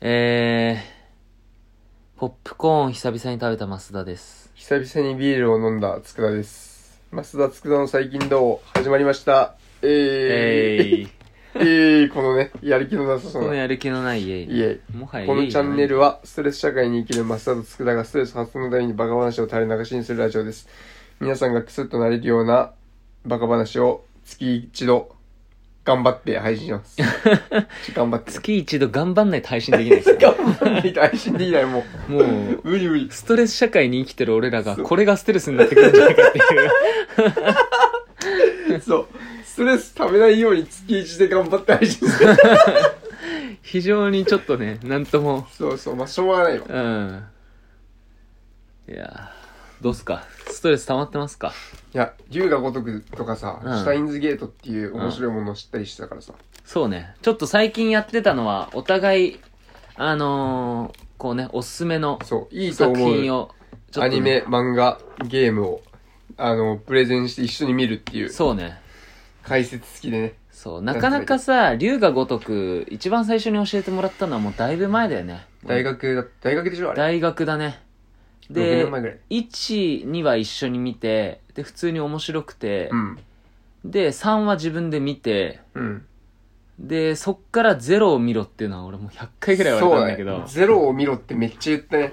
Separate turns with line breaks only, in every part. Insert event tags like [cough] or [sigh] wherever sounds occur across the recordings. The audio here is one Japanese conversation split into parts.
えー、ポップコーン久々に食べた増田です。
久々にビールを飲んだ佃です。増田佃の最近どう始まりました。えー、
えい。
[laughs] えーこのね、やる気のなさそ
[laughs] この
うな。い
やる気のないえい。
え。
もはや
このチャンネ
ル。
ルは、ストレス社会に生きる増田と佃がストレス発散のためにバカ話を垂れ流しにするラジオです。皆さんがクスッとなれるようなバカ話を月一度、頑張って配信します。頑 [laughs] 張って。
月一度頑張んないと配信できない
[laughs]
ですよ。
頑張って配信できない、も
もう、
う。無理無理。
ストレス社会に生きてる俺らが、
そう
これがストレスになってくるんじゃないかって [laughs] いう。
そう。ストレス食べないように月一で頑張って配信する。
非常にちょっとね、なんとも、
そうそう、まあ、しょうがないわ。
うん。いやーどうっすかストレス溜まってますか
いや、竜が如くとかさ、
うん
シュタインズゲートっていう面白いものを知ったりしてたからさ。
そうね。ちょっと最近やってたのは、お互い、あのー、こうね、おすすめの
そう、いいと
作
思
品
う。
を、ちょっとね
アニメ、漫画、ゲームを、あの、プレゼンして一緒に見るっていう、
そうね。
解説付きでね。
そう。なかなかさ、龍が如く、一番最初に教えてもらったのはもうだいぶ前だよね。
大学だ、大学でしょあれ。
大学だね。
6
で
年、前ぐらい。
1、2は一緒に見て、で、普通に面白くて
う、ん。
で、3は自分で見て、
うん。
で、そっから0を見ろっていうのは俺もう100回ぐらい言われたんだけ
そう
ど。
ゼロを見ろってめっちゃ言ったね。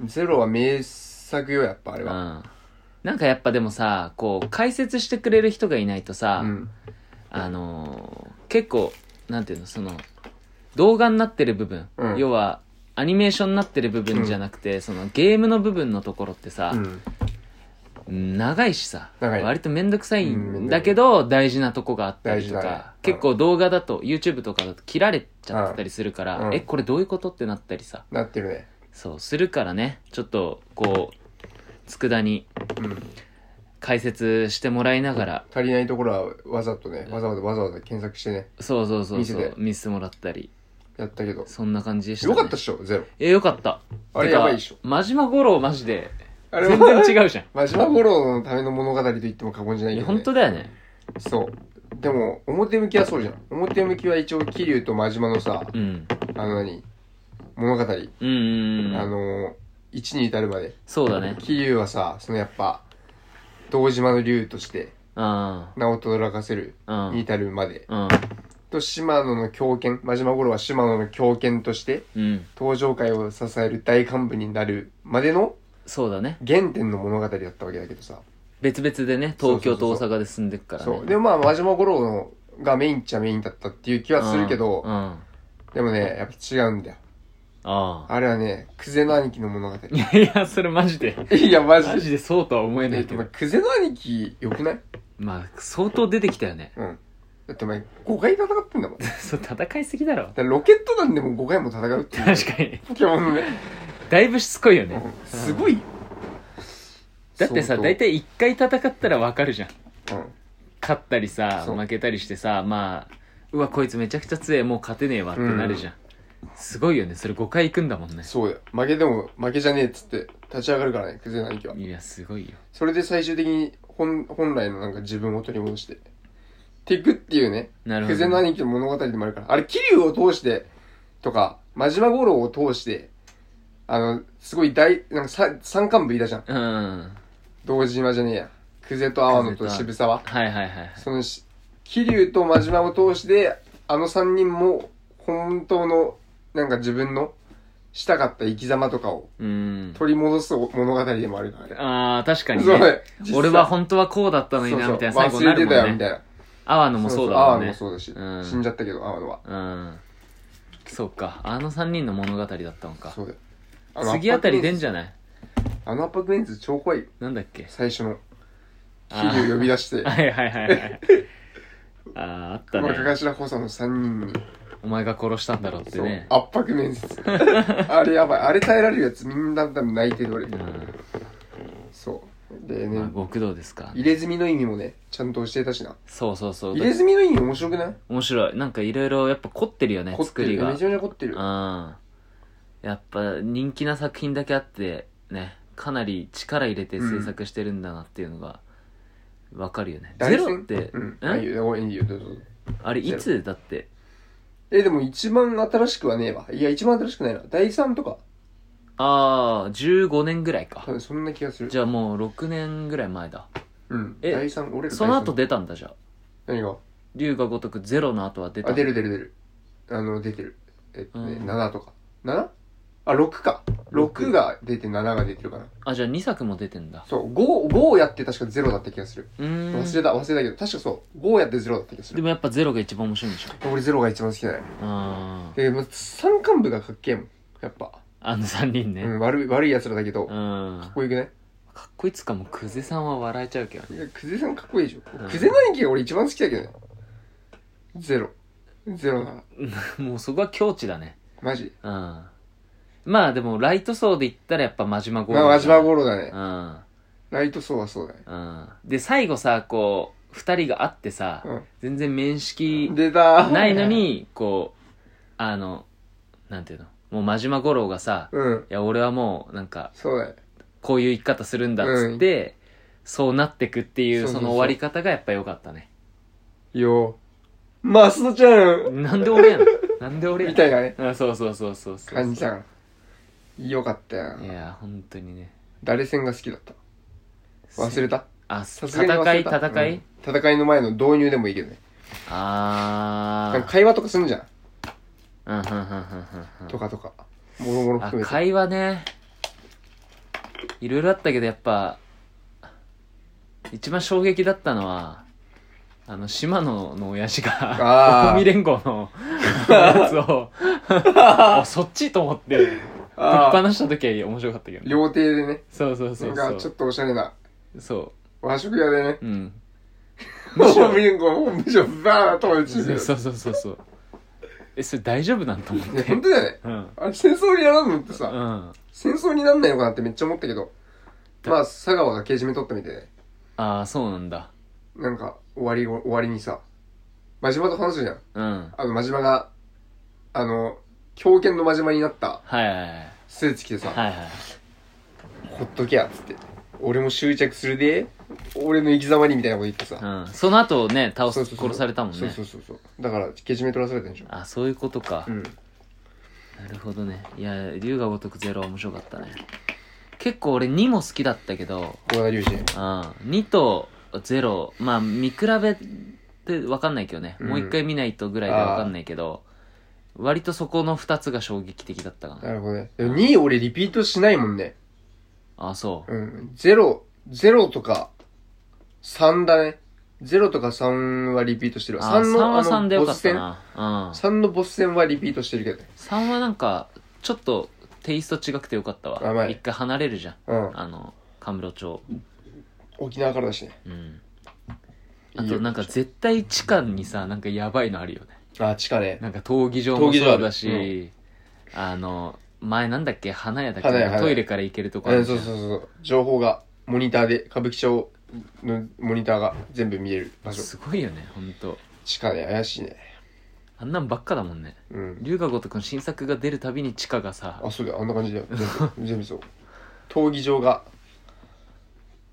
うん。
ゼロは名作よ、やっぱあれ
う
は。
ん。なんかやっぱでもさ、こう、解説してくれる人がいないとさ、
うん。
あのー結構、なんていうの、その、動画になってる部分、
うん
要は、アニメーションになってる部分じゃなくて、そのゲームの部分のところってさ
う、ん。
長いしさ、
長い
割とめんどくさい
うん
んだけど、大事なとこがあったりと
大事だね
か、結構動画だと、YouTube とかだと切られちゃったりするから、
うん
え、これどういうことってなったりさ、
なってるね。
そう、するからね、ちょっと、こう、佃に
うん。
解説してもらいながら、
足りないところはわざとね、わざわざわざわざ検索してね、
そうそうそう
見せ
そ
て
う、見せてもらったり、
やったけど。
そんな感じでした、ね。
よかったっしょ、ゼロ。
え、よかった。
あれ
てか
やばいでしょ。
真島五郎マジで、
あれ
全
は [laughs]
然違うじゃん。
真島五郎のための物語と言っても過言じゃない
い
け
や、
ど、
本
ね。
当だよね。
そう。でも、表向きはそうじゃん。表向きは一応、桐生と真島のさ、
うん。
あの何物語。
うんうんうん。
あの、一に至るまで。
そうだね。
桐生はさ、そのやっぱ、堂島の竜として、
うん。
名をとどらかせる
うん。う
に
ん。
至るまで。
うん。
と、島野の狂犬、真島五郎は島野の狂犬として、
うん。
登場界を支える大幹部になるまでの
そうだね。
原点の物語だったわけだけどさ。
別々でね、東京と大阪で住んでくからね。
そう。でもまあ、真島五郎のがメインっちゃメインだったっていう気はするけど、
うん。うんあ
でもね、やっぱ違うんだよ。
あ。 [laughs]
あれはね、クゼの兄貴の物語。
いやいや、それマジで。
いや、マジ
マ
で。
ジでそうとは思えな
だっ
い
て
け
お前
ど。
クゼの兄貴、よくない
まあ、相当出てきたよね。
うん。だってお前、5回戦ってんだもん。だか
[laughs] そう、戦いすぎだろ。
らロケット弾でも5回も戦うっていう。
確かに。
ポケモンのね。
だいぶしつこいよ
う
ね
ん。すごいよ。
だってさ、
相当
大体一回戦ったらわかるじゃん。
うん。
勝ったりさ
そう
負けたりしてさまあうわこいつめちゃくちゃ強えもう勝てねえわってなるじゃん、すごいよねそれ5回行くんだもんね
そうだよ。負けでも、負けじゃねえっつって、立ち上がるからね、クゼの兄貴は。
いやすごいよ
それで最終的に本、本来のなんか自分を取り戻して。テクっていうね、
なるほ
ク
ど
ゼ
ね、
の兄貴の物語でもあるから。あれ、桐生を通して、とか、真島五郎を通して、あの、すごい大、なんかさ三冠部いたじゃん。
うん
堂島じゃねえや。クゼと阿波野
久
と
世と
渋沢。
はいはいはい
そのし、桐生と真島を通して、あの三人も、本当の、なんか自分の、したかった生き様とかを
うん
取り戻す物語でもあるからね。
あー確かに
そう
ね
実際
俺は本当はこうだったのにな
そう
みたいな
そう
最後になるも
忘れてたよ、
んね
みたいな。
阿波野もそうだ
あ
も
あ
んね
もそうだし、
うん
死んじゃったけど、ああのは。
うんそうかあの3人の物語だったのか
そうだよ。
次あたり出ん
じ
じゃない
ゃん。あの圧迫メンズ超怖いよ。
なんだっ
[laughs]
け
最初の。
[laughs] あー
桐生呼び出して、
はいはいはいはいあーあった
熊
ね
かしら補佐の3人に、
お前が殺したんだろうって
そう
ね、
圧迫面接。 [laughs] あれやばい。あれ耐えられるやつみんな多分泣いてる俺。
うん
そう。で
まあ、
ね、
極道ですか
入れ墨の意味もね、ちゃんと教えたしな。
そうそうそう
入れ墨の意味面白くない
面白いなんかいろいろやっぱ凝ってるよね
凝って
作り
る。
が
めちゃめちゃ凝ってる。
うんやっぱ人気な作品だけあってねかなり力入れて制作してるんだなっていうのがわかるよね、ゼ
誰
ロっ
戦
て、
うん。
ん
あ、いいよ、いいよ、どうぞ。
あれいつだって
ええ、でも一番新しくはねえわ。いや、一番新しくないな。第3とか。
ああ、15年ぐらい
多
か。
分そんな気がする。
じゃあもう6年ぐらい前だ。
うん。
え
第3、俺ら第三
その後。出たんだじゃあ。
何が
龍が如くゼロの後は出た。
あ、出る出る出る。あの、出てる。えっとね、
うん
7とか。7? あ、6か。
六
6が出て7が出てるかな。
あ、じゃあ2作も出てんだ。
そう、5、5やって確か0だった気がする。
うーん。
忘れた、忘れたけど、確かそう、5やって0だった気がす
で
る。
もやっぱゼロが一番面白いんでしょ。
俺0が一番好きだよ。
あー
で、まあ、山間部がかっけえもん。やっぱ。
あの3人
う
ね。
ん、悪い、悪い奴らだけど、
う
か
ん。
っこよくない
かっこいいっつうかもう久世さんは笑えちゃうけど。
いや、クゼさんかっこいいでし
う
ょ。
ん
クゼ兄貴が俺一番好きだけどね。ゼロ。ゼロなら。
[laughs] もうそこは境地だね。
マジ。
うん。まあでもライト層で言ったらやっぱ真島五
まあ、マジバゴロだね。
うん。
ライト層はそうだね。
うん。で、最後さ、こう、二人が会ってさ、
うん
全然面識
出たー。
ないの。に、こう、あの、なんていうの、もう真島五郎がさ、
うん。
いや、俺はもう、なんか、
そうだね。
こういう生き方するんだっつって、そうなってくっていう、
そうそ
そう
そう
の終わり方がやっぱ良かったね。
よー。マストちゃん
なんで俺やのなんで俺や
みたいなね、
な。うん、そうそうそうそうそう。
感じたから。よかったよ
い。や、本当にね。
誰戦が好きだった忘れた
あ、
さすがに忘
戦い、
れた
戦い、
うん戦いの前の導入でもいいけどね。なん
あ
か会話とかすんじゃん。
ー。うん、うん、うん、うん、う
と
ん。
かとか。もろもろ
あ
含めて。
会話ねいろいろあったけどやっぱ一番衝撃だったのはあの島野の親父
あー
[laughs] が近江連合のやつ
[laughs]
をあそっちと思ってぶっ
あー
放した時は面白かったけどね
料亭でね。
そうそうそ
な
うんそ
かちょ
う
っとおしゃれな
そ
和食屋でね。
ううん
むしろ、みんな、むしろ、バーッと落
そ
ちてる
う。そうそうそうそうえそれ大丈夫なんと思っ
いや、
て
本当だよね。
うん
あれ、戦争にならんのって
う
さ、
ん
戦争になんないのかなってめっちゃ思ったけど、まあ、佐川がけじめ取ったみたいで、
ああそうなんだ
なんか、終わりご、終わりにさ、真島と話すじゃん。
うん
あの、真島が、あの、狂犬の真島になった
はいはいはい
スーツ着てさ、
はいはい
ほっとけや、つって。俺も執着するで、俺の生き様にみたいなこと言ってさ、
うん、その後ね倒
そう
す
そうそう
殺されたもんね
そうそうそうそう。だから、けじめ取らされたんでしょ。
あそういうことか、
うん。
なるほどねいや龍が如くゼロは面白かったね結構俺2も好きだったけど、
小田龍二。
うん、2と0まあ見比べって分かんないけどね、
うん
もう一回見ないとぐらいで分かんないけど割とそこの2つが衝撃的だったかな
なるほどね。でも2位俺リピートしないもんね。
あそう
うん。ゼロ、ゼロとか、3だね。ゼロとか3はリピートしてるわ。
あ
3
3
の、
は
あ
3
の、
でよか
ボ
っ
ス
た
戦。
な、うん、
3のボス戦はリピートしてるけどね。
3はなんかちょっとテイスト違くてよかった
甘
わ
い
一回離れるじゃん
うん。
あの神室町
沖縄からだしね。
うん
いい
あ
よ
となんか絶対地下にさなんかやばいのあるよね
あ、地下ね。
なんか闘技場もそうだ
闘
し、あの前なんだっけ花屋だっけ
花屋花屋
トイレから行けるとこあ
う
る
ん、
じ
そ
ゃ
うんそうそう。情報が、モニターで、歌舞伎町のモニターが全部見える場所。
すごいよねほんと
地下ね、怪しいね。
あんなんばっかだもんね
うん。
龍河如くの新作が出るたびに地下がさ
あ、そうだよ、あんな感じ
[laughs]
だよ。全部、全部そう。闘技場が、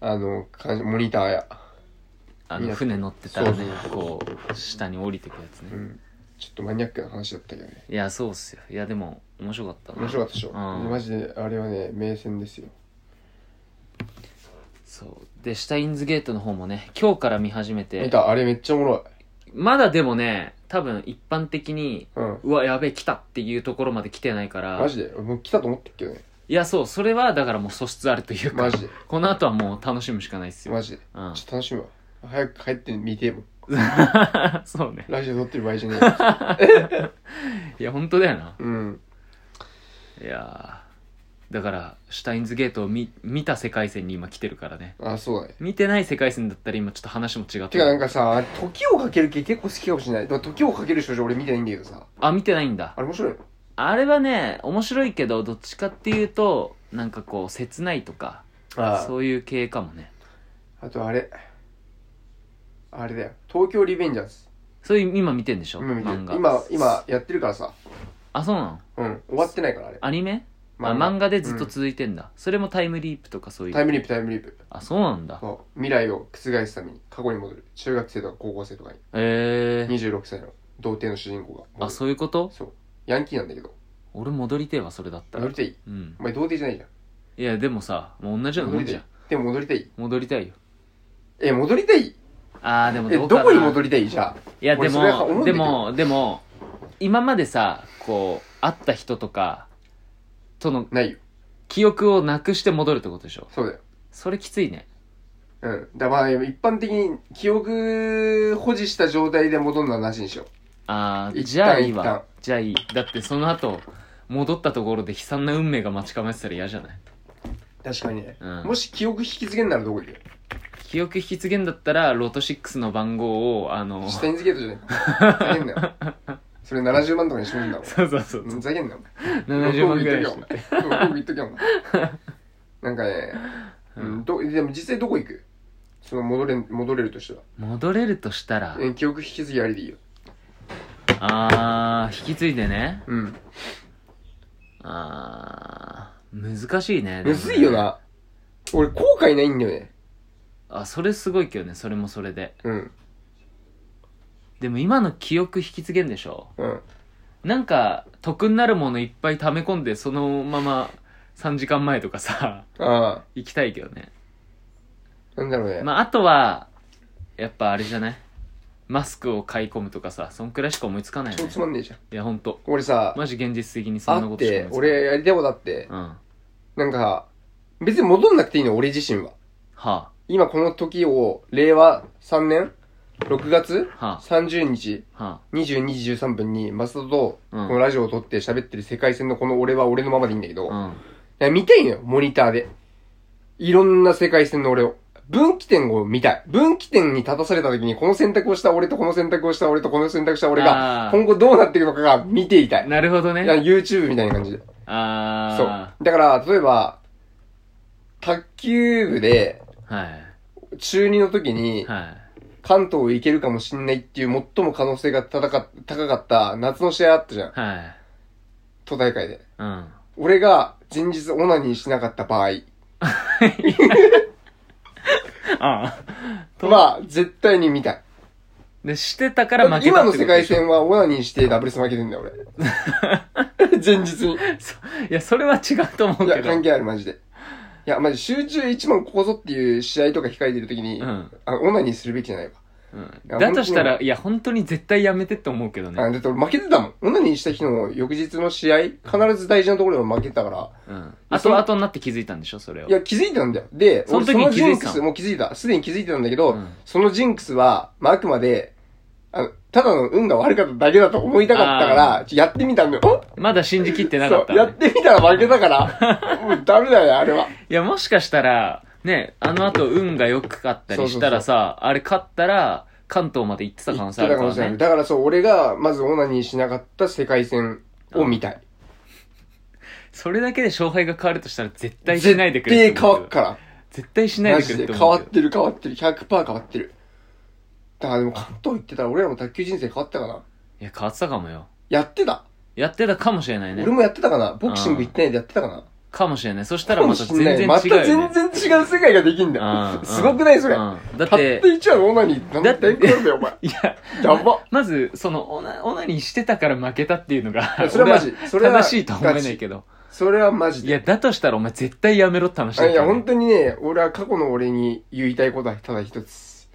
あの、かモニターや。
あ
い
の
や
船乗ってたらね
そう
こう下に降りてくやつね、
うん。ちょっとマニアックな話だったけどね。
いやそうっすよいやでも面白かったな
面白かったでしょ、
うん
マジであれはね名戦ですよ
そうでシュタインズゲートの方もね今日から見始め
見
て
たあれめっちゃおもろい
まだでもね多分一般的に
うん
うわやべえ来たっていうところまで来てないから
マジでもう来たと思ってっけ
[laughs]
どね
いやそうそれはだからもう素質あるというか
マジ
[laughs]
で
この後はもう楽しむしかないっすよ、
マジで
うん
ちょっ、と楽しむわ早く帰って見てえもん
[laughs] そう
[laughs]
ね
ラジオ撮ってる場合じゃねえよ
いや本当だよな
うん
いやーだからシュタインズゲートを見見た世界線に今来てるからね
あそうだね
見てない世界線だったら今ちょっと話も違って
てかなんかさ「時をかける系」結構好きかもしれないでも時をかける少女俺見てないんだけどさ
あ見てないんだ
あれ面白いの
あれはね面白いけどどっちかっていうとなんかこう切ないとか
そう
そういう系かもね
あとあれあれだよ東京リベンジャーズ
そういう今見てんでしょ
今見てる
漫画
今今やってるからさ
あそうなの
うん終わってないからあれ
アニメあ漫画でずっと続いてんだ、それもタイムリープとかそう
う
い
んタイ
う
ムリープタイムリープ
あそうなんだ
そう未来を覆すために過去に戻る中学生とか高校生とかに
ええ
26歳の童貞の主人公が
あそういうこと
そうヤンキーなんだけど
俺戻りてえわそれだったら
戻りたい
うん
お前童貞じゃないじゃん
いやでもさもう同じような
戻
もん
りた
じゃん
いでも戻りたい
戻りたいよ
え戻りたい
あーでも
え
ど
ど
うかな
こに戻りたいじゃ
いやで
俺それは思うん
も
だけ
で
ど
もでも今までさこう会った人とかとの
あないよ
記憶をなくして戻るってことでしょ
そうだよ
それきついね
うんだからまあ一般的に記憶保持した状態で戻るのはなしにしよ
あー
一旦
じゃあいい
一旦
わじゃあいいだってその後戻ったところで悲惨な運命が待ち構えてたら嫌じゃないう
確かにね、
うん
もし記憶引き継げんならどこ行くよ
記憶引き継げんだったらロト6の番号をあ
[laughs]
の
スタインズゲートじゃ
[laughs]
ないふざけんなよそれ70万とかにしてるんだもん
そうそうそう
ふざけんなよ
70万ぐらいして
言っとき
[laughs]
ゃお前なんかね、うん、どでも実際どこ行くその戻れん戻れるとしたら
戻れるとしたら
え記憶引き継ぎありでいいよ
あー引き継いでね
うん
あー難しいねでもね
むずいよな俺後悔ないんだよね
あそれすごいけどねそれもそれで
うん
でも今の記憶引き継げんでしょ
うん
なんか得になるものいっぱい溜め込んでそのまま3時間前とかさ [laughs]
ああ
行きたいけどね
なんだろうね、
まああとはやっぱあれじゃないマスクを買い込むとかさそんくらいしか思いつかないよ
超
ね
つまんねえじゃん
いやほんと
俺さ、
マジ現実的にそ
あ
んな
っ
ことしか思いつ
て
かない
俺やりたいことあって
うんは
なんか別に戻んなくていいの俺自身は
あ
今この時を令和3年6月
は
30日
あは
22時13分にマサトとこ
うん
のラジオを撮って喋ってる世界線のこの俺は俺のままでいいんだけど、
あうん
いや見たいのよ、モニターで。いろんな世界線の俺を。分岐点を見たい。分岐点に立たされた時にこの選択をした俺とこの選択をした俺とこの選択をした俺
あ
が
ー
今後どうなっていくのかが見ていたい。
なるほど
いや
ね
YouTube みたいな感じで。そう。
あ
だから、例えば、卓球部で
あはい
中2の時に、
は
関東行けるかもしんないっていう最も可能性が高か高かった夏の試合あったじゃん。
いはい
都大会で。
うん
俺が前日オナニーしなかった場合。
ああ
まあ、絶対に見たい。
で、してたから負けた
今の
って
世
こと
界
でしょ
戦はオナニーしてダブルス負けてんだよ、俺。前日に。い
い [laughs] や、それは違うと思うけ
や、
ど
関。係ある、マジで。いや、マジ、集中一問ここぞっていう試合とか控えてる時に、
うん
あオナニーするべきじゃないわ。
うん
や
だとした
本
ら、いや、本当に絶対やめてって思うけど
あ
ね。
だって俺負けてたもん。オナニーした日の翌日の試合、必ず大事なところでも負けてたから。
うん。あ
そ
と、
の
あとになって気づいたんでしょそれを。
いや、気づいたんだよ。で、
その時
俺
に気づいてた
ジンク
の
ス、もう気づいた。すでに気づいてたんだけど、
うん
そのジンクスは、まあ、あくまで、あの、ただの運が悪かっただけだと思いたかったから、やってみたんだよ。
[laughs]
お
まだ信じきってなか
そ
った
う、や
の
っ
ね。
てみたら負けたから、
[laughs]
もうダメだよ、あれは。
いや、もしかしたら、ね、あの後運が良かったりしたらさ、あれ勝ったら、関東まで行ってた可能性あるか
言
ら
ってたかもしれない
ね。
だからそう、俺が、まずオナニーしなかった世界戦を見たい。
それだけで勝敗が変わるとしたら、絶対しないでくれ
絶対変わっ
ら。
から。
絶対しない
マ
でく
ジ
れっ
で
て
変
思
わ
う
っ
けど。
てる変わってる。100%変わってる。だからでも関東行ってたら俺らも卓球人生変わったかな。
いや、変わってたかもよ。
やってた。
やってたかもしれないね
俺。もやってたかな。ボクシング行ってないでやってたかな。
かもしれない。そしたらまた全然違うよね。
また全然違う世界ができんだ
うん
よ
う。ん
すごくないそれ。
う
たっ
んだったて、
1話のオナニー、なん
だ
だ
っ
っててなんだよ、お前。
いや、
やば。
まず、その、オナ、オナニーしてたから負けたっていうのが、
それはマジ
俺
それは
正しいとは思えないけど。
それはマジ
い
で。
や、だとしたらお前絶対やめろって話だ
あ
よ、
いや、本当にね、俺は過去の俺に言いたいことはただ一つ。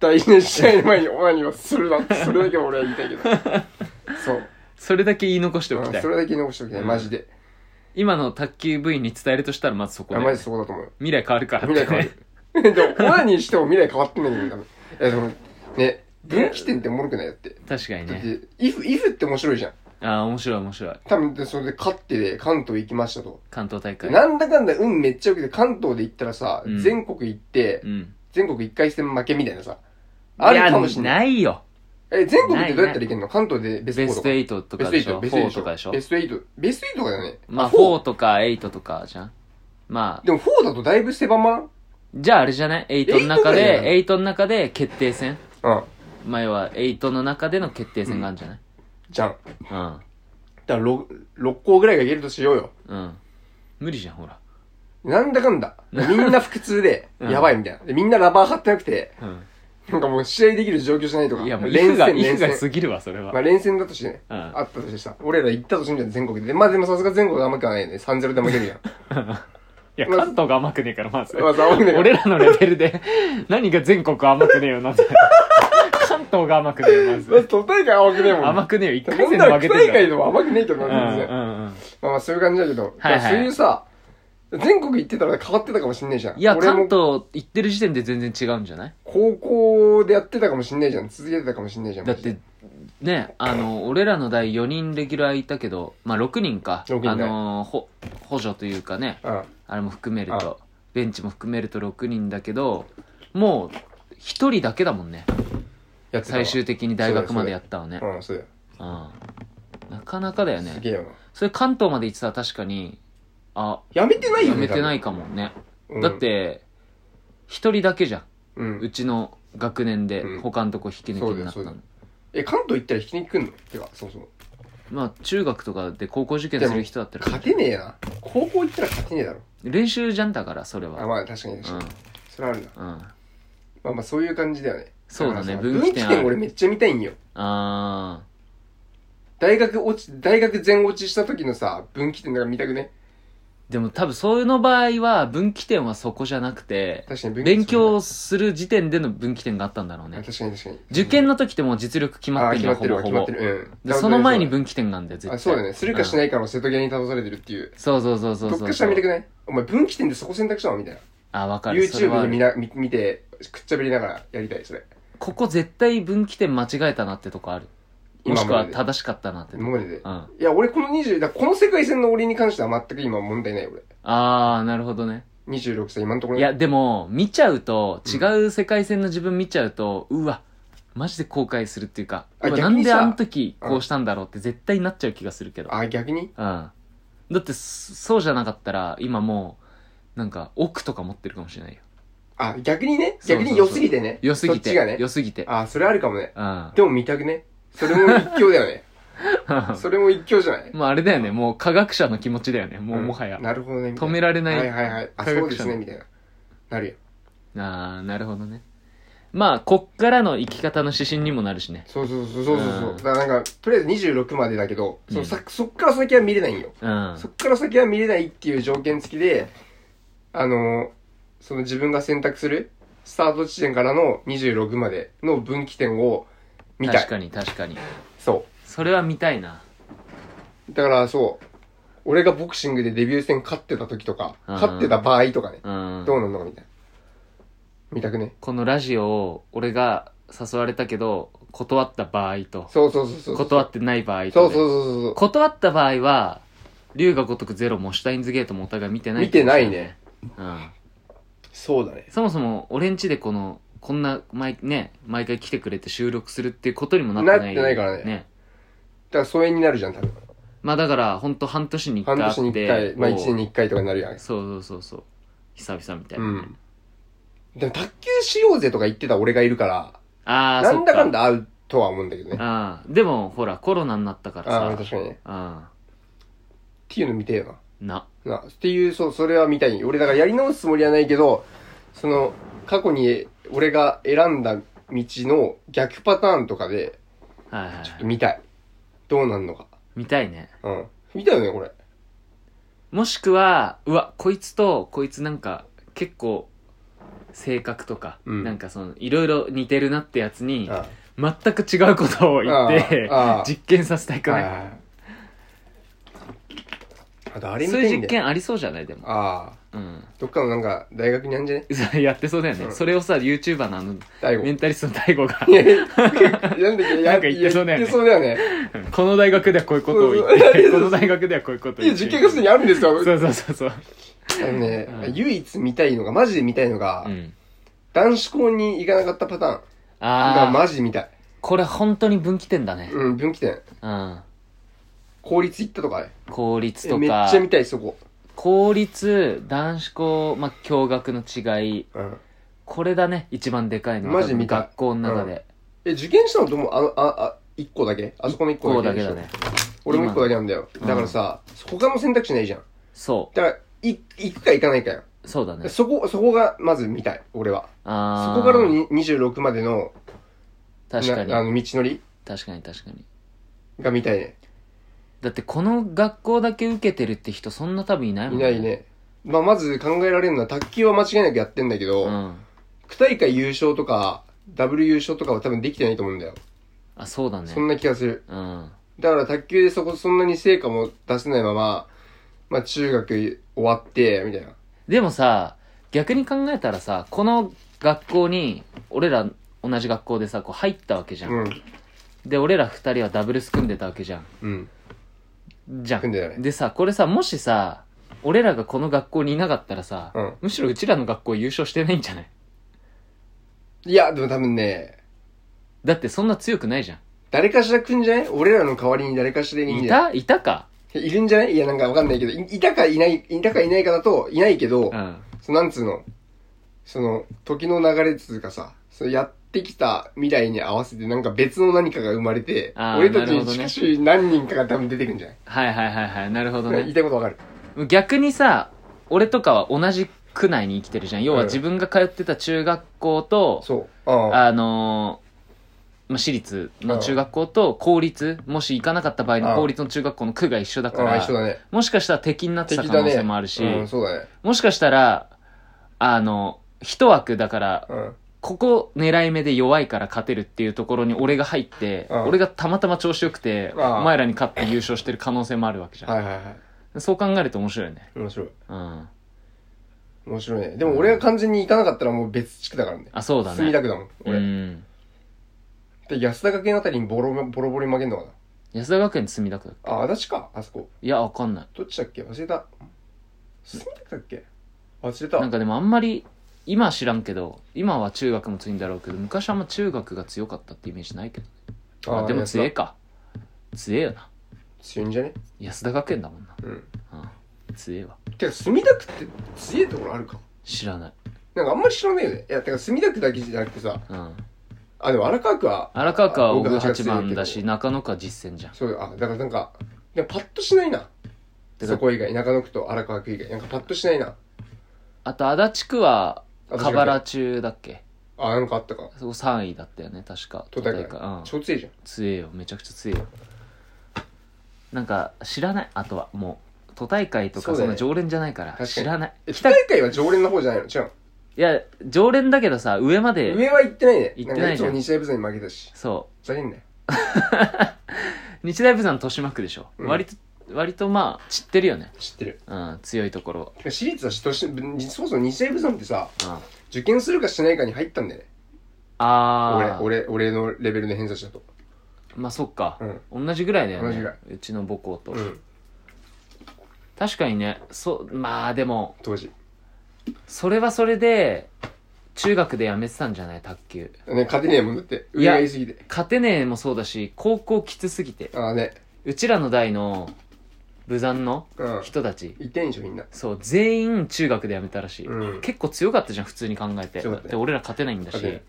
大事な試合の前にオナニーはするな
[laughs]
って、それだけは俺は言いたいけど。そう。
それだけ言い残してお
う
き
ん
たい
そ。れだけ残しておきたい、マジで。
今の卓球部員に伝えるとしたらまずそこ
い
で
や、。マジそこだと思うよ。
未来変わるからって、ね。
未来変わる。 [laughs] でも、オナニーしても未来変わってないんだもん。いや、でも、ね、分岐点っておもろくないだって。
[laughs] 確かに
だっ
ね。
て、イフ、イフって面白いじゃん。
ああ、面白い面白い。
多分、でそれで勝ってで関東行きましたと。
関東大会。
なんだかんだ運めっちゃ良くて関東で行ったらさ、
うん
全国行って
う、ん。
全国一回戦負けみたいなさ。あるかもしれない。
いや。ないよ。
え、全国ってどうやったらいけんの関東でベス
ベ
ト4
ス
と
ト
か。
8とかでしょ。
ベスト
4
8
とかでしょ
ベ。スト8。ベスト8とかだよね。
まあ、
フォ
4とか8とかじゃん。ま
ー
あ、
でも4だとだいぶ狭まらん
じゃああれじゃない ?8 の中
8ぐらい
で
だ、よ
8の中で決定戦。
うん。
前は8の中での決定戦があるんじゃない
じゃん。
うん。
だから6、6校ぐらいがいけるとしようよ。
うん。無理じゃん、ほら。 [laughs]
なんだかんだ。みんな腹痛で、やばいみたいな。でみんなラバー張ってなくて、
うん。
なんかもう試合できる状況じゃないとか。
いや、もう、
連
優が、
戦、連
優が
戦。
過ぎるわ、それは。
まあ連戦だとしてね。
うん
あったとしてさ。俺ら行ったとしてみたら全国で。でまあでもさすが全国は甘くはないよね。3-0で負けるじゃ
[laughs]
ん。
いや、関東が甘くねえから、まず。
まず甘くねえ
俺らのレベルで、何が全国甘くねえよ、なんて。関東が甘くねえよ、ま
まず
ず。
都大会甘くねえもん。
甘くねえよ、一回
なん
戦
な
で
ら
負
都
けて
大
んだ
会
よ。
でも甘くねえけど
う
な、
ん
全然。
うんうん。
まあまあそういう感じだけど。
はいはい
だからそういうさ、全国行ってたら変わってたかもしんないじゃん。
いや、
俺
関
も
東行ってる時点で全然違うんじゃない
高校でやってたかもしんないじゃん。続けてたかもしんないじゃん。
だって、ね、あの、俺らの代4人レギュラーいたけど、まあ6人か。
六人
あ
ね
の、ほ、補助というかね、
マジ
あれも含めると、ベンチも含めると6人だけど、もう1人だけだもんね。
で。うん。やってたわ
最終的に大学までやったわね。
うん、そうだよ。
うん。なかなかだよ
す
ね。
げえよな。
それ関東まで行ってたら確かに、あ、
やめてないよ
や
ね。
めてないかもね。
多分。うん
だっ、て、一人だけじゃん。
うん
う。ちの学年で
うん
他のとこ引き抜きになった
そうだよそうだ
の
よ。え、関東行ったら引きに来んのてか、そもそも。
まあ、中学とかで高校受験する人だったら
勝、てねえな。高校行ったら勝てねえだろ。
練習じゃんだから、それ
あ、
は。
まあ確かに確かに。それはあるな。
うん。うん。
まあまあそういう感じだよね。
そうだね
からさ
分
分
岐
岐
点ある
点俺めっちゃ見たいんよ。
あ
大学落ち、大学全落ちした時のさ、分岐点なんか見たくね。
ー。でも多分、そういうの場合は、分岐点はそこじゃなくて、
確かに分岐点
勉強する時点での分岐点があったんだろう
あ
ね。
確かに確かに。
受験の時ってもう実力決
あ
ま
あ
っ
ー、
てん
決
の
まっ
ほ
てる
ぼ
わ、
ほ
決ま
ぼ
って。る。うん。
で、その前に
岐
分岐点なんだよ、絶対。
あ、そうだね。するかし
い。
ないかの瀬戸際に立たされてるっていう。
そうそうそうそうそう。
特化したら見たくないお前分岐点でそこ選択したのみたいな。
あ、わかる。それは
YouTube で見な見見て、くっちゃべりながらやりたい、それ。
ここ絶対分岐点間違えたなってとこある。もしくは
今までで
正しかったなってとこ。
今までで
うん。。あ
いや、俺この20、だからこの世界線の俺に関しては全く今問題ない、俺。
あー、なるほどね。
26歳、今のところ。
いや、、でも、見ちゃうと、違う世界線の自分見ちゃうと、うわ、マジで後悔するっていうか、
あ
うわな
逆
ん
に
で
さ
あの時こうしたんだろうって絶対なっちゃう気がするけど。
あ、逆に
うん。だって、そそうじゃなかったら、今もう、なんか、奥とか持ってるかもしれないよ。
あ、逆にね。
そうそうそう
逆に良すぎてね。
良すぎ
そっちが
て。
ね
良。すぎて。
あ、それあるかもね。
うん。
でも見たくね。それも一興だ
[laughs]
よね。それも一興じゃない
もうあれだよね、もう科学者の気持ちだよね、もうもはや
ん。なるほどね。みたい
止められない
はいはいはい。あ、
科学者
そうですね、みたいな。なるよ。
ああ、なるほどね。まあ、こっからの生き方の指針にもなるしね。。
そうそうそうそうそうそううんだからなんか、とりあえず26までだけど、
うん
そのさそっから先は見れないんよ。
うん。
そっから先は見れないっていう条件付きで、あのーその自分が選択する、スタート地点からの26までの分岐点を見た
確
い。
かに確かに。
そ
それは見たいな。
う。だからそう、俺がボクシングでデビュー戦勝ってた時とか、
うん
勝ってた場合とかね、
うん
ど。うなんのかみたいな。見たくね。
このラジオを俺が誘われたけど、断った場合と、
そうそうそうそう。
断ってない場合と。
そうそうそうそうそ
断った場合は、龍が如くゼロもシュタインズゲートもお互い見て
う。
ない。
見てない。ね。
うん。
そうだね。
そもそも俺んちでこの、こんな、毎、ね、毎回来てくれて収録するっていうことにもなってない。
なってないからね
ね。
だから疎遠になるじゃん、多分。
まあだから、ほんと半年に一回
半
会って。
年に一回、まあ一年に一回とかになるやん。
そうそうそうそう久々みたいな、
うん。でも卓球しようぜとか言ってた俺がいるから、
ああ
なんだかんだ会うとは思うんだけどね。
あでもほらコロナになったから
ああ、
さ
確かにね。っ
あ
ていうの見てえよ
ーな
な。な、っていう、そう、それは見たい。俺だからやり直すつもりはないけど、その、過去に俺が選んだ道の逆パターンとかで、
はいはい、はい、
見たい。どうなんのか。
見たいね
うん。見たよね、これ。
もしくはうわこいつとこいつなんか結構性格とか、
うん
なんかそのいろいろ似てるなってやつに
あ
全く違うことを言って
あーあー
[laughs] 実験させたいく
あ。は
ない
はい
い
はいあと、あれ見
そ
た
うい
い
うん実
だよ。
験ありそうじゃないでも、
ああ。
うん、
どっかのなんか、大学にあんじゃね
やってそうだよね、
うん
それをさ YouTuber のあの
大悟 [laughs]
メ。ンタリストの大悟が
いやいやなんだっけ、
な
や
んか言ってそうだよね
言ってそうだよね。
この大学ではこういうことを言って、この大学ではこう [laughs] いうことを
い
言
や、
って。
実験がすでにあるんですよ。
そうそうそうそう。
あのね、
うん
唯一見たいのが、マジで見たいのが、
うん。
男子校に行かなかったパターンが
ああ、
マジで見たい。
これ本当に分岐点だね。
うん、分岐点。
うん。
公立行ったとかね
公立
え
と
めっ
か
ちゃ、見たい、そこ。
公立、男子校、まあ、共学の違い、
うん。
これだね、一番でかいのは。
マジ見た
学校の中で。
え、受験したのとも、あの、あ、あ、一個だけあそこの一
こ
個
う
だ
だ
け
け
でしょ。
だね。
俺も一個だけなんだよ。だからさ、他の選択肢ないじゃん。
そ
だから、い行くか行かないかよ。
う。そうだね。
そこ、そこがまず見たい、俺は。
あ
そ
ー
こからのに26までの、
確かに
なあ。の、道のり
確かに確かに。
が見たいね。
だってこの学校だけ受けてるって人そんな多分いないも
い
ん
ない。ね。まあ、まず考えられるのは、卓球は間違いなくやってんだけど、
うん。
区大会優勝とか、ダブル優勝とかは多分できてないと思うんだよ。
あ、そうだね。
そんな気がする。
うん。
だから卓球でそこ、そんなに成果も出せないまま、まあ、中学終わって、みたいな。
でもさ、逆に考えたらさ、この学校に、俺ら同じ学校でさ、こう入ったわけじゃん。
うん。
で、俺ら二人はダブルス組んでたわけじゃん。
うん。
じゃん。
組んでたね
でさ、これさ、もしさ、俺らがこの学校にいなかったらさ、
うん
むしろうちらの学校優勝してないんじゃない
いや、でも多分ね、
だってそんな強くないじゃん。
誰かしら来んじゃない俺らの代わりに誰かしらいいん
い
じゃ
たいたか
ないいるんじゃないいや、なんかわかんないけど、いいたかいない、いたかいないかだと、いないけ
う、
ど
ん。
そのなんつうの、その、時の流れつうかさ、そのやってきた未来に合わせてなんか別の何かが生まれて、
あー
俺たち
なる
に
ほどね
近しい何人かが多分出てくんじゃない、
はいはいはいはい。なるほど
言い
ね。
たいことわかる。
逆にさ、俺とかは同じ区内に生きてるじゃん。要
う
は
ん
自分が通ってた中学校と、
そう。ああ。
あのーまあ、私立の中学校と公立、もし行かなかった場合
う
の
ん
公立の中学校の区が一緒だか
あ
ら、
あ一緒だね。
もしかしたら敵になってた
敵
可
だ
能
ね。
性もあるし、
うん、そうだね。
もしかしたら、あの、一枠だから、
うん。
ここ狙い目で弱いから勝てるっていうところに俺が入って、
うん
俺がたまたま調子よくて、
ああ
お前らに勝って優勝してる可能性もあるわけじゃん。
はいはいはい。
そう考えると面白いよね。
面白い。
うん。
面白いね。でも俺が完全に行かなかったらもう別地区だからね。
あ、そうだね。
墨田区だもん、
う
俺。
ん。
で、安田学園あたりにボロボロボロに負けんのかな。
安田学園って墨田区だっ
あ、足立か、あそこ。
けいや、わかんない。
どっちだっけ忘れた。住んでたっけ忘れた。
なんかでもあんまり、今は知らんけど、今は中学も強いんだろうけど、昔はあんま中学が強かったってイメージないけど。あ、でも強え
安
か。強えよな。
田強いんじゃね
安田学園だもんな。
うん。
うん。強えわ。
てか、墨田区って強いところあるか
知らない。
なんかあんまり知らないよね。いや、てか墨田区だけじゃなくてさ、
うん。
あ、でも荒川区は、
荒川区は
僕
僕
が
8番だ
強
し
い
中野区は実践じゃん
そう、あ、だからなんか、いやパッとしないな。
てか
そこ以外、中野区と荒川区以外。なんかパッとしないな。
あと足立区は
足立区
河原中だっけ
あ、なんかあったか。
そこ3位だったよね確か
都大会
都うん
超強いじゃん。
強えよめちゃくちゃ強えよなんか知らないあとはもう都大会と
そ
か
うだ
そ
よ
の
ね
常連じゃないから
確か
知
に
らない
え、
来
北
たい
大会は常連の方じゃないの違うの
や常連だけどさ上まで
上は行ってないね。
行ってないじゃん
んかいつも日大部さんに負けたし。
そ
ふざけんなよ。
う日大部さん豊島区でしょ
うん
割と割とまあ知ってるよね
知ってる。
うん強いところ
私立はしとし、そもそも日大部さんってさ、
うん
受験するかしないかに入ったんだよね。俺
あ、あ
俺、俺のレベルの偏差値だと。
まあそっか同じぐらいだよ
同じ
ね
ぐらいう
ちの母校と
うん。
確かにねそうまあでも
当時。
それはそれで中学でやめてたんじゃない卓球
ね、勝てねえもんだって。
い
上
や
が言いすぎて。
勝てねえもそうだし高校きつすぎて
ああね。
うちらの代の部山の
うん。
人たち
言ってんでしょ、みんな。
そう全員中学でやめたらしい、
うん
結構強かったじゃん普通に考えて
強
だっ
かったね
て俺ら勝てないんだし
勝てない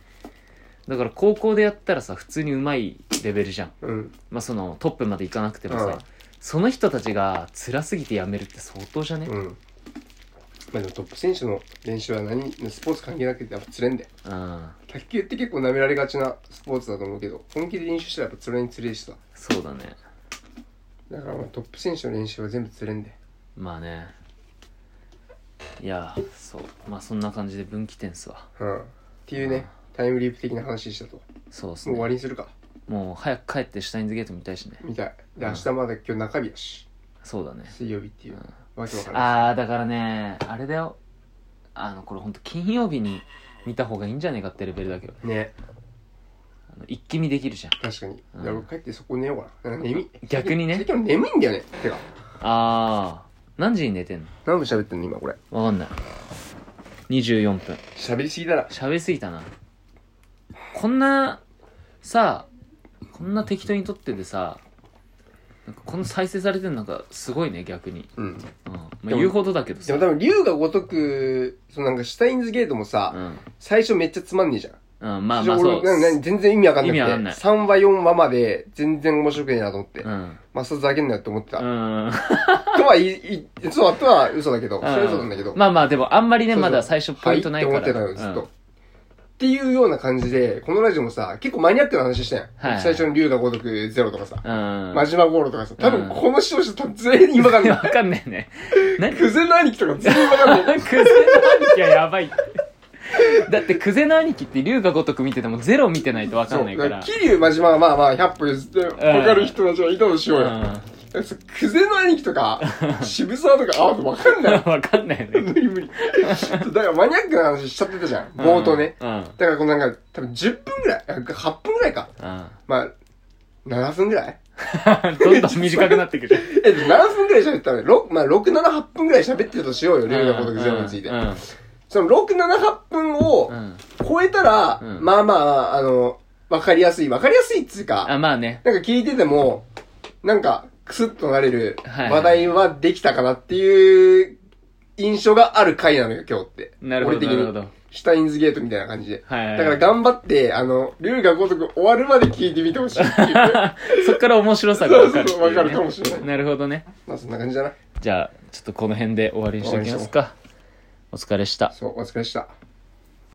だから高校でやったらさ普通にうまいレベルじゃん
うん。
まあそのトップまでいかなくてもさ、
うん
その人たちが辛すぎてやめるって相当じゃね、
うん。まあでもトップ選手の練習は何、スポーツ関係なくてやっぱ釣れんだよ。
うん、
卓球って結構舐められがちなスポーツだと思うけど、本気で練習したらやっぱ釣れに釣れるしさ。
そうだね
だからまあトップ選手の練習は全部釣れんだよ。
まあねいやそうまあそんな感じで分岐点っすわ
うん。っていうね、タイムリープ的な話でしたと。も
そうっ
う
す
終わ
ね
りにするか。
もう早く帰ってシュタインズゲート見たいしね
みたい。で、
うん
明日まだ今日中日やし。
そうだね
水曜日っていう。わけわからない。
ああだからねあれだよあのこれほんと金曜日に見た方がいいんじゃねえかってレベルだけど
ね。
あの一気見できるじゃん
確かに。
うん
いや、俺帰ってそこ寝ようかな。なんか眠い。
逆にね
最近俺眠いんだよね。てか。
ああ何時に寝てん
何分喋ってんの今これ。
のわかんない24分
喋りすぎだな。
喋りすぎたなこんなさこんな適当に撮っててさなんかこの再生されてるのがすごいね逆に、
うん。
うんまあ、
でも
言うほどだけど
で
さ
も多分、竜が如く、そのなんかシュタインズゲートもさ、
うん
最初めっちゃつまんねえじゃん。
うん、まあ
非常
まあ
に
そ
俺
う。
なな全然意味わかんなくて。
意味わかんない
3話、4話まで全然面白くねえなと思って。
うん。
マスターズだけんなよって思ってた。
うん。
とは言い、い嘘は、とは嘘だけど、それは嘘なんだけど。
まあまあ、でもあんまりね、
そうそ
ま
う
だ最初ポイントないから。
はいって思ってたのよ、ず
う
っ
ん
と。っていうような感じで、このラジオもさ、結構マニアックな話したやん。
はいはい
最初の龍が如くゼロとかさ、
うん。
マジマゴールとかさ、多
うん
分この視聴者多分全員今かん
わ
ない。
かんないね。
[laughs]
何ク
クゼの兄貴とか全員今かん
[laughs]
ない。
ゼの兄貴はやばいって。だってクゼの兄貴って龍が如く見ててもゼロ見てないとわか
そ
んな
う。
い
だ
か
から
ら。
桐生真島はまあまあ100歩譲って、わかる人たちはいたとしようよ。 [laughs]
う
だからさクゼの兄貴とか、渋沢とか、あ、わかんない。
ん。 [laughs] わかんないね。
無理無理。だからマニアックな話しちゃってたじゃん。冒頭ね。
うん。うん。
だからこのなんか、多分10分ぐらい、あ8分ぐらいか。まあ、7分ぐらい
どんどん短くなってくる。
え、7分ぐらい喋ったら、6、まあ、6、7、8分ぐらい喋ってるとしようよ、龍が如くゼロについて
う。ん。
その6、7、8分を
うん。
超えたら、
うん
まあまあ、あの、わかりやすい。わかりやすいっつう
あ、
か、
まあね。
なんか聞いてても、なんか、クスッとなれる
はいはい
話題はできたかなっていう印象がある回なのよ、今日って。
なるほど。
俺
な
的
るほ
に。
ど。
シュタインズゲートみたいな感じで。
はいはい。
だから頑張って、あの、龍が如く終わるまで聞いてみてほしい
[laughs]
っていう。
そっから面白さがわかるっていうね。
そう [laughs] そうわかるかもしれない
なるほどね。
まあそんな感じだな。
じゃあ、ちょっとこの辺で終わりにしておきますか。お疲れした。
そう、お疲れでした。